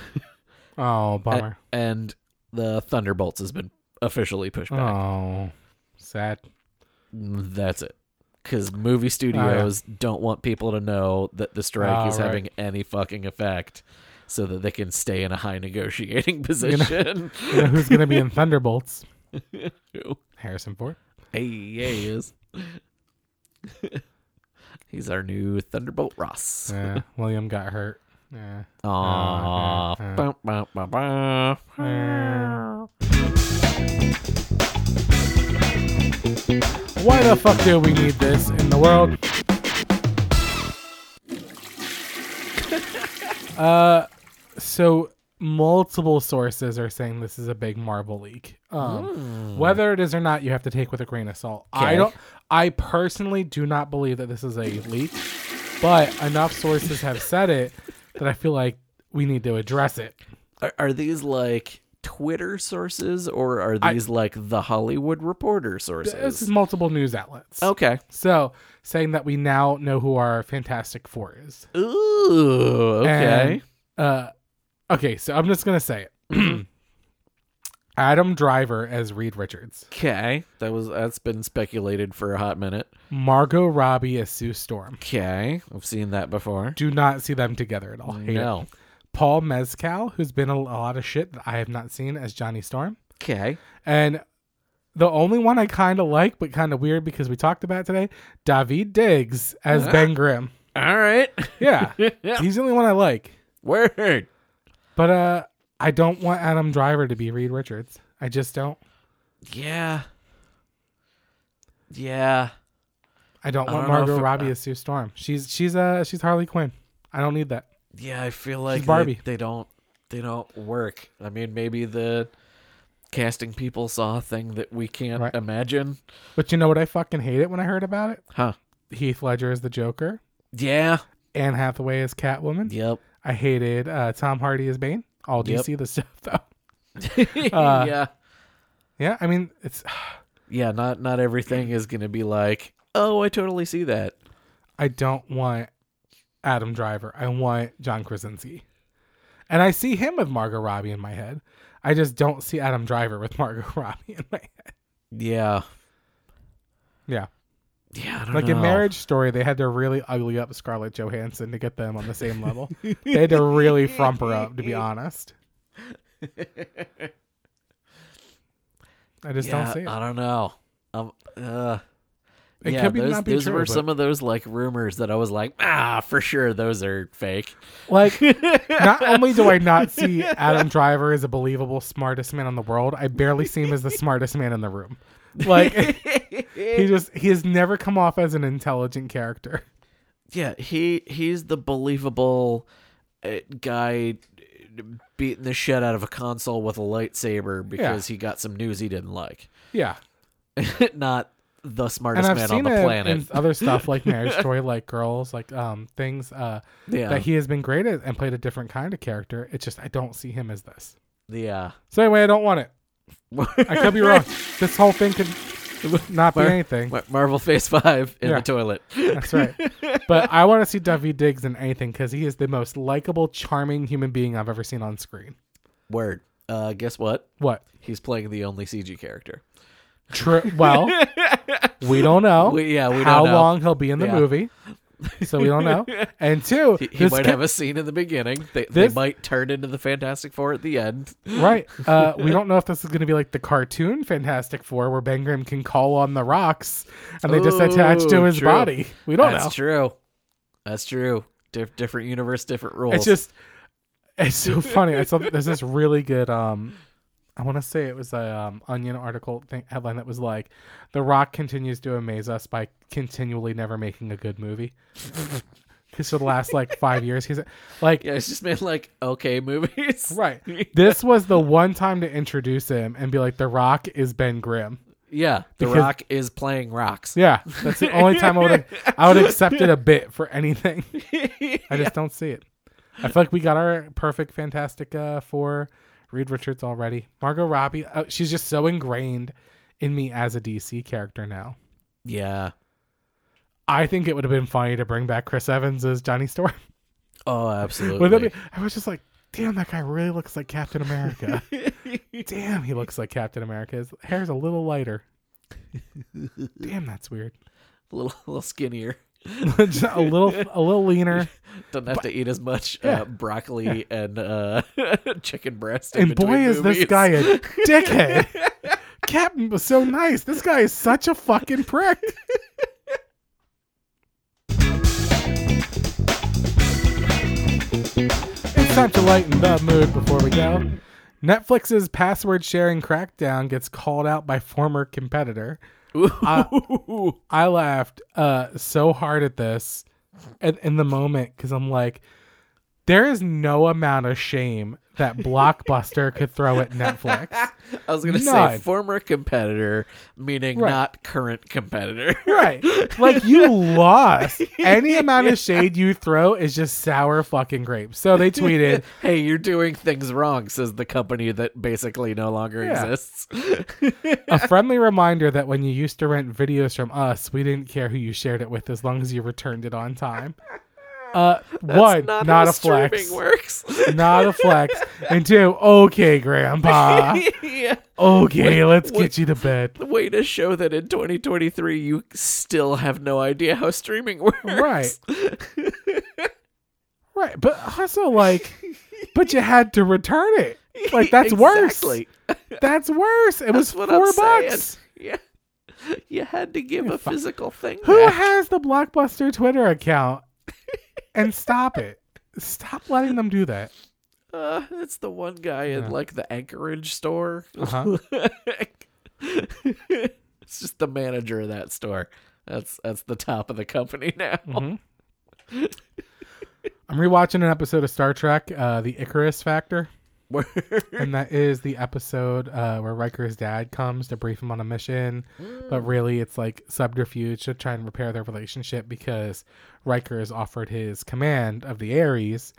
Speaker 2: oh, bummer.
Speaker 1: and the Thunderbolts has been officially pushed back.
Speaker 2: Oh, sad.
Speaker 1: That's it. Because movie studios don't want people to know that the strike
Speaker 2: Ah,
Speaker 1: is
Speaker 2: right.
Speaker 1: having any fucking effect so that they can stay in a high negotiating position.
Speaker 2: You know who's gonna be in Thunderbolts? Harrison Ford.
Speaker 1: hey, yeah, he is. He's our new Thunderbolt Ross.
Speaker 2: Yeah, William got hurt. Yeah.
Speaker 1: Uh,
Speaker 2: Oh, Uh,
Speaker 1: Aww.
Speaker 2: yeah, yeah.
Speaker 1: Bum, bum, bum, bum.
Speaker 2: Why the fuck do we need this in the world? uh, so multiple sources are saying this is a big Marvel leak. Um, whether it is or not, you have to take with a grain of salt. I
Speaker 1: Okay.
Speaker 2: don't. I personally do not believe that this is a leak, but enough sources have said it that I feel like we need to address it.
Speaker 1: Are, are these like Twitter sources or are these like the Hollywood Reporter
Speaker 2: This is
Speaker 1: sources?
Speaker 2: multiple news outlets.
Speaker 1: Okay.
Speaker 2: So saying that we now know who our Fantastic Four is.
Speaker 1: Ooh, okay.
Speaker 2: And, uh, okay, so I'm just gonna say it. Adam Driver as Reed Richards,
Speaker 1: Okay. That was that's been speculated for a hot minute.
Speaker 2: Margot Robbie as Sue Storm.
Speaker 1: Okay. I've seen that before.
Speaker 2: Do not see them together at all. Hate it.
Speaker 1: No.
Speaker 2: Paul Mezcal, who's been in a lot of shit that I have not seen as Johnny Storm,
Speaker 1: Okay.
Speaker 2: and the only one I kind of like, but kind of weird because we talked about it today, David Diggs as Ben Grimm.
Speaker 1: All right.
Speaker 2: Yeah, he's the only one I like.
Speaker 1: Word.
Speaker 2: But uh I don't want Adam Driver to be Reed Richards. I just don't.
Speaker 1: Yeah. Yeah.
Speaker 2: I don't
Speaker 1: I
Speaker 2: want
Speaker 1: don't know
Speaker 2: Margot
Speaker 1: if- uh,
Speaker 2: Robbie as Sue Storm. She's she's uh she's Harley Quinn. I don't need that.
Speaker 1: Yeah, I feel like they-
Speaker 2: Barbie.
Speaker 1: They, don't they don't work. I mean, maybe the casting people saw a thing that we can't
Speaker 2: Right.
Speaker 1: imagine.
Speaker 2: But you know what I fucking hate it when I heard about it?
Speaker 1: Huh.
Speaker 2: Heath Ledger is the Joker.
Speaker 1: Yeah.
Speaker 2: Anne Hathaway is Catwoman.
Speaker 1: Yep.
Speaker 2: I hated uh Tom Hardy as Bane. All DC the stuff though.
Speaker 1: yeah.
Speaker 2: Yeah, I mean it's
Speaker 1: yeah, not not everything is gonna be like, oh, I totally see that.
Speaker 2: I don't want Adam Driver. I want John Krasinski. And I see him with Margot Robbie in my head. I just don't see Adam Driver with Margot Robbie in my head.
Speaker 1: Yeah,
Speaker 2: Yeah.
Speaker 1: yeah. I don't
Speaker 2: Like in
Speaker 1: know.
Speaker 2: Marriage Story, they had to really ugly up Scarlett Johansson to get them on the same level. they had to really frump her up, to be honest. I just
Speaker 1: yeah, uh,
Speaker 2: don't see it.
Speaker 1: I don't know. Um, uh,
Speaker 2: It
Speaker 1: yeah,
Speaker 2: could be
Speaker 1: those,
Speaker 2: not be
Speaker 1: those
Speaker 2: true,
Speaker 1: were
Speaker 2: but-
Speaker 1: some of those like rumors that I was like, ah, for sure, those are fake.
Speaker 2: Like, not only do I not see Adam Driver as a believable smartest man in the world, I barely see him as the smartest man in the room. Like, he just he has never come off as an intelligent character.
Speaker 1: yeah, he he's the believable uh, guy beating the shit out of a console with a lightsaber because he got some news he didn't like.
Speaker 2: Yeah,
Speaker 1: Not the
Speaker 2: and
Speaker 1: smartest
Speaker 2: I've
Speaker 1: man
Speaker 2: seen
Speaker 1: on the
Speaker 2: it
Speaker 1: planet.
Speaker 2: in other stuff like Marriage Story, like Girls, like um things uh
Speaker 1: yeah,
Speaker 2: that he has been great at and played a different kind of character. It's just I don't see him as this.
Speaker 1: yeah.
Speaker 2: So anyway, I don't want it. I could be wrong. This whole thing could not be
Speaker 1: Mar-
Speaker 2: anything.
Speaker 1: Mar- Marvel Phase Five in
Speaker 2: Yeah.
Speaker 1: the toilet.
Speaker 2: That's right. But I want to see Duffy Diggs in anything because he is the most likable, charming human being I've ever seen on screen.
Speaker 1: Word. Uh, guess what?
Speaker 2: What?
Speaker 1: He's playing the only CG character.
Speaker 2: True. Well, we don't know.
Speaker 1: We- yeah, we don't
Speaker 2: how
Speaker 1: know.
Speaker 2: long he'll be in the
Speaker 1: Yeah.
Speaker 2: movie. So we don't know. And two,
Speaker 1: He, he
Speaker 2: this
Speaker 1: might
Speaker 2: ca-
Speaker 1: have a scene in the beginning. They,
Speaker 2: This-
Speaker 1: they might turn into the Fantastic Four at the end.
Speaker 2: right. Uh, we don't know if this is going to be like the cartoon Fantastic Four where Ben Grimm can call on the rocks and they just attach to
Speaker 1: Ooh,
Speaker 2: his
Speaker 1: true.
Speaker 2: body. We don't
Speaker 1: That's
Speaker 2: know.
Speaker 1: true. That's true. Dif- different universe, different rules.
Speaker 2: It's just it's so funny. I saw there's this really good um I want to say it was a um, Onion article thing, headline that was like, "The Rock continues to amaze us by continually never making a good movie." Because for the last like five years, he's like,
Speaker 1: yeah, it's just been like okay movies.
Speaker 2: right. This was the one time to introduce him and be like, "The Rock is Ben Grimm."
Speaker 1: Yeah, The
Speaker 2: Because-
Speaker 1: Rock is playing rocks.
Speaker 2: Yeah, that's the only time I would I would accept it a bit for anything. I just don't see it. I feel like we got our perfect Fantastic uh, for Reed Richards already. Margot Robbie, uh, she's just so ingrained in me as a DC character now.
Speaker 1: Yeah.
Speaker 2: I think it would have been funny to bring back Chris Evans as Johnny Storm.
Speaker 1: Oh,
Speaker 2: Would that
Speaker 1: absolutely.
Speaker 2: be- I was just like, damn, that guy really looks like Captain America. damn, he looks like Captain America. His hair's a little lighter. damn, that's weird.
Speaker 1: a little, a little skinnier.
Speaker 2: Just a little, a little leaner.
Speaker 1: Doesn't have to eat as much
Speaker 2: Yeah.
Speaker 1: uh, broccoli and uh, chicken breast. in
Speaker 2: And boy,
Speaker 1: between
Speaker 2: is this
Speaker 1: movies.
Speaker 2: guy a dickhead. Captain was so nice. This guy is such a fucking prick. it's time to lighten the mood before we go. Netflix's password sharing crackdown gets called out by former competitor. I, I laughed uh, so hard at this in, in the moment because I'm like, there is no amount of shame that Blockbuster could throw at Netflix.
Speaker 1: I was gonna say
Speaker 2: None.
Speaker 1: former competitor, meaning
Speaker 2: Right.
Speaker 1: not current competitor.
Speaker 2: Right. Like you lost. Any amount of shade you throw is just sour fucking grapes. So they tweeted,
Speaker 1: hey, you're doing things wrong, says the company that basically no longer
Speaker 2: Yeah.
Speaker 1: exists.
Speaker 2: a friendly reminder that when you used to rent videos from us, we didn't care who you shared it with as long as you returned it on time. Uh one, not,
Speaker 1: how
Speaker 2: a flex.
Speaker 1: streaming works.
Speaker 2: Not a flex. And two, okay, grandpa.
Speaker 1: yeah.
Speaker 2: Okay, let's
Speaker 1: wait.
Speaker 2: get you to bed.
Speaker 1: Way to show that in 2023 you still have no idea how streaming works.
Speaker 2: Right. Right. But also like but you had to return it. Like that's worse.
Speaker 1: exactly.
Speaker 2: That's worse. It was
Speaker 1: That's what
Speaker 2: 4
Speaker 1: I'm saying.
Speaker 2: bucks.
Speaker 1: Yeah. You had to give a physical thing.
Speaker 2: Who
Speaker 1: back.
Speaker 2: has the Blockbuster Twitter account? And stop it. Stop letting them do that.
Speaker 1: Uh, it's the one guy
Speaker 2: Yeah.
Speaker 1: in like the Anchorage store.
Speaker 2: Uh-huh.
Speaker 1: it's just the manager of that store. That's that's the top of the company now.
Speaker 2: I'm rewatching an episode of Star Trek, uh, The Icarus Factor.
Speaker 1: Word.
Speaker 2: And that is the episode uh, where Riker's dad comes to brief him on a mission. But really, it's like subterfuge to try and repair their relationship because Riker is offered his command of the Ares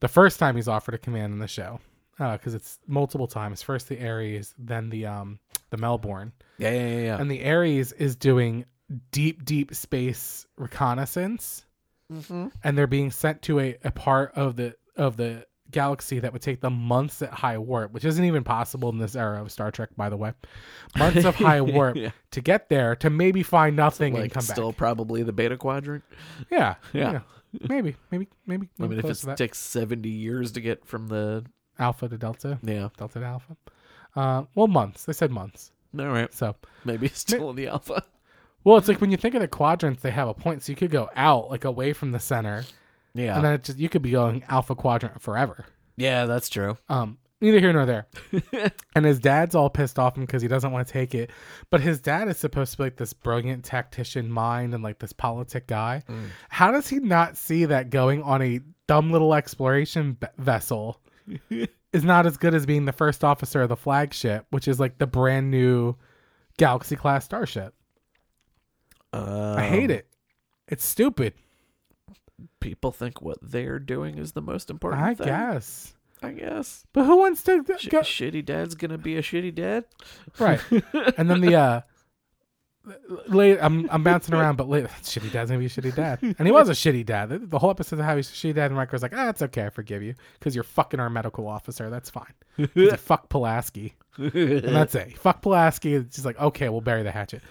Speaker 2: the first uh, time he's offered a command in the show. Because it's multiple times. First the Ares, then the um, the Melbourne,
Speaker 1: Yeah, yeah, yeah. yeah.
Speaker 2: and the Ares is doing deep, deep space reconnaissance,
Speaker 1: Mm-hmm.
Speaker 2: and they're being sent to a, a part of the of the galaxy that would take them months at high warp, which isn't even possible in this era of Star Trek, by the way. Months of high warp
Speaker 1: Yeah.
Speaker 2: to get there to maybe find nothing and
Speaker 1: like
Speaker 2: come
Speaker 1: still
Speaker 2: back.
Speaker 1: probably the Beta Quadrant.
Speaker 2: Yeah,
Speaker 1: Yeah.
Speaker 2: maybe, maybe, maybe.
Speaker 1: I
Speaker 2: maybe
Speaker 1: mean, if
Speaker 2: close
Speaker 1: it
Speaker 2: to that.
Speaker 1: takes seventy years to get from the
Speaker 2: alpha to delta,
Speaker 1: yeah,
Speaker 2: delta to alpha. Uh, well, months. They said months.
Speaker 1: all right,
Speaker 2: So,
Speaker 1: maybe it's still in the Alpha.
Speaker 2: well, it's like when you think of the quadrants, they have a point, so you could go out like away from the center,
Speaker 1: Yeah,
Speaker 2: and then it just you could be going alpha quadrant forever.
Speaker 1: yeah, that's true.
Speaker 2: Um, neither here nor there. and his dad's all pissed off him because he doesn't want to take it. But his dad is supposed to be like this brilliant tactician mind and like this politic guy.
Speaker 1: Mm.
Speaker 2: How does he not see that going on a dumb little exploration b- vessel is not as good as being the first officer of the flagship, which is like the brand new galaxy class starship?
Speaker 1: Um,
Speaker 2: I hate it. It's stupid.
Speaker 1: People think what they're doing is the most important.
Speaker 2: I
Speaker 1: thing.
Speaker 2: guess.
Speaker 1: I guess.
Speaker 2: But who wants to
Speaker 1: Sh-
Speaker 2: go?
Speaker 1: Shitty dad's gonna be a shitty dad.
Speaker 2: Right. and then the uh late I'm I'm bouncing around, but late shitty dad's gonna be a shitty dad. And he was a shitty dad. The- The whole episode of how he's a shitty dad and Riker was like, ah, it's okay, I forgive you. Because you're fucking our medical officer. That's fine. He's a fuck Pulaski. And that's it. Fuck Pulaski. It's just like, okay, we'll bury the hatchet.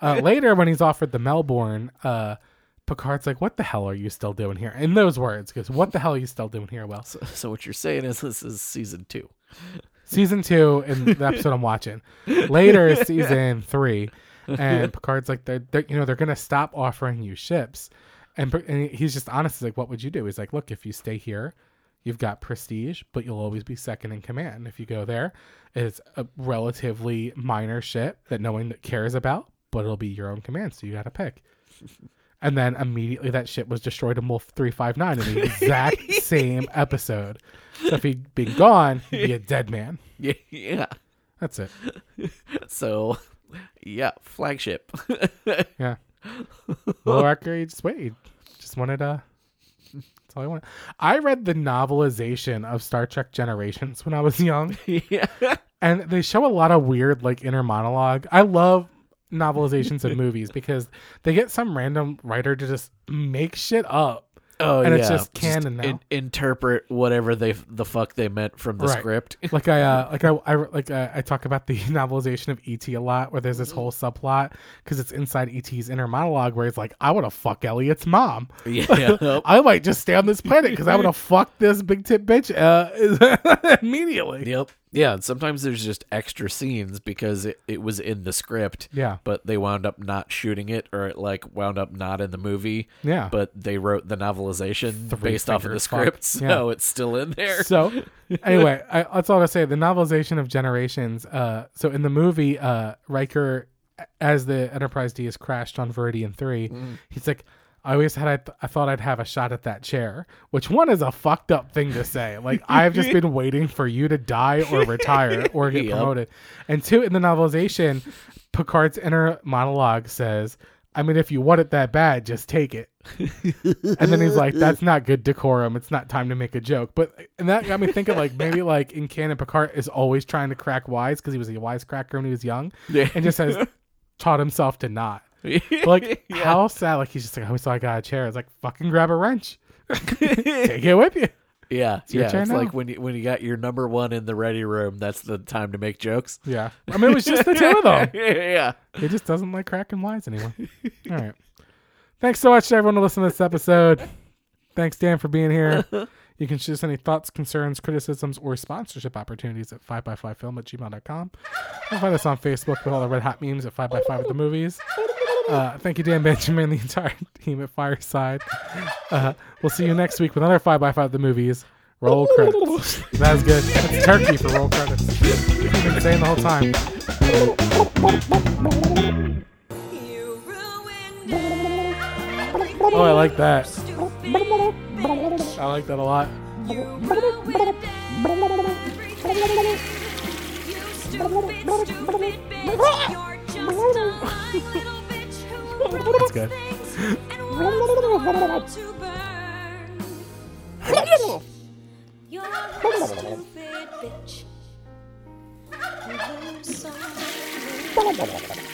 Speaker 2: Uh, later when he's offered the Melbourne, uh Picard's like, what the hell are you still doing here? In those words, because what the hell are you still doing here, Wells?
Speaker 1: So, so what you're saying is this is season two.
Speaker 2: season two in the episode I'm watching. Later is season three, and Picard's like, they're, they're you know they're gonna stop offering you ships, and, Pi- and he's just honest. He's like, what would you do? He's like, look, if you stay here, you've got prestige, but you'll always be second in command. If you go there, it's a relatively minor ship that no one cares about, but it'll be your own command, so you got to pick. And then immediately that ship was destroyed in Wolf 359 in the exact same episode. So if he'd been gone, he'd be a dead man.
Speaker 1: Yeah, yeah.
Speaker 2: That's it.
Speaker 1: So, yeah, flagship.
Speaker 2: Yeah. Little Riker, he just wait. he Just wanted uh That's all I wanted. I read the novelization of Star Trek Generations when I was young,
Speaker 1: yeah,
Speaker 2: and they show a lot of weird like inner monologue. I love novelizations of movies because they get some random writer to just make shit up.
Speaker 1: oh
Speaker 2: And
Speaker 1: yeah,
Speaker 2: it's just canon now.
Speaker 1: interpret whatever they the fuck they meant from the
Speaker 2: Right.
Speaker 1: script.
Speaker 2: like I uh, like I, I like uh, I talk about the novelization of ET a lot, where there's this whole subplot because it's inside ET's inner monologue, where he's like, "I would have fuck Elliot's mom.
Speaker 1: yeah,
Speaker 2: I might just stay on this planet because I would have fucked this big tip bitch uh, immediately."
Speaker 1: Yep. Yeah. and Sometimes there's just extra scenes because it, it was in the script.
Speaker 2: Yeah.
Speaker 1: But they wound up not shooting it or it like wound up not in the movie.
Speaker 2: Yeah.
Speaker 1: But they wrote the novelization
Speaker 2: Three
Speaker 1: based off of the
Speaker 2: fingers, fuck.
Speaker 1: script. So it's still in there.
Speaker 2: So, anyway, I, that's all I say. The novelization of Generations. Uh, so in the movie, uh, Riker, as the Enterprise D is crashed on Veridian Three, he's like, "I always had, I, th- I thought I'd have a shot at that chair." Which one is a fucked up thing to say? Like, I've just been waiting for you to die or retire or get
Speaker 1: Yep.
Speaker 2: promoted. And two, in the novelization, Picard's inner monologue says. I mean, if you want it that bad, just take it. And then he's like, "That's not good decorum. It's not time to make a joke." But and that got me thinking, like maybe like in canon, Picard is always trying to crack wise because he was a wisecracker when he was young,
Speaker 1: Yeah.
Speaker 2: and just has taught himself to not. But, like how sad? Like he's just like, "I always thought I got a chair." It's like fucking grab a wrench, take it with you.
Speaker 1: yeah.
Speaker 2: your
Speaker 1: yeah.
Speaker 2: turn
Speaker 1: It's
Speaker 2: now.
Speaker 1: like when you, when you got your number one in the ready room, that's the time to make jokes.
Speaker 2: Yeah, I mean it was just the two of them.
Speaker 1: yeah.
Speaker 2: He just doesn't like cracking wise anymore. All right. Thanks so much to everyone to listen to this episode. Thanks, Dan, for being here. You can shoot us any thoughts, concerns, criticisms, or sponsorship opportunities at 5x5film at gmail.com. And find us on Facebook with all the red hot memes at 5x5 at the movies. Uh, thank you, Dan Benjamin, and the entire team at Fireside. Uh, we'll see you next week with another 5x5 at the movies. Roll credits. That was good. That's turkey for roll credits. I've been saying the whole time.
Speaker 5: You ruined it.
Speaker 2: Oh, I like that.
Speaker 5: Stupid bitch.
Speaker 2: I like that a lot.
Speaker 5: You ruined everything. You stupid, stupid bitch. You're just a lying little bitch who ruins
Speaker 2: good.
Speaker 5: things and wants the world to burn. Bitch. You're a stupid bitch. You lose so much.
Speaker 6: Bye.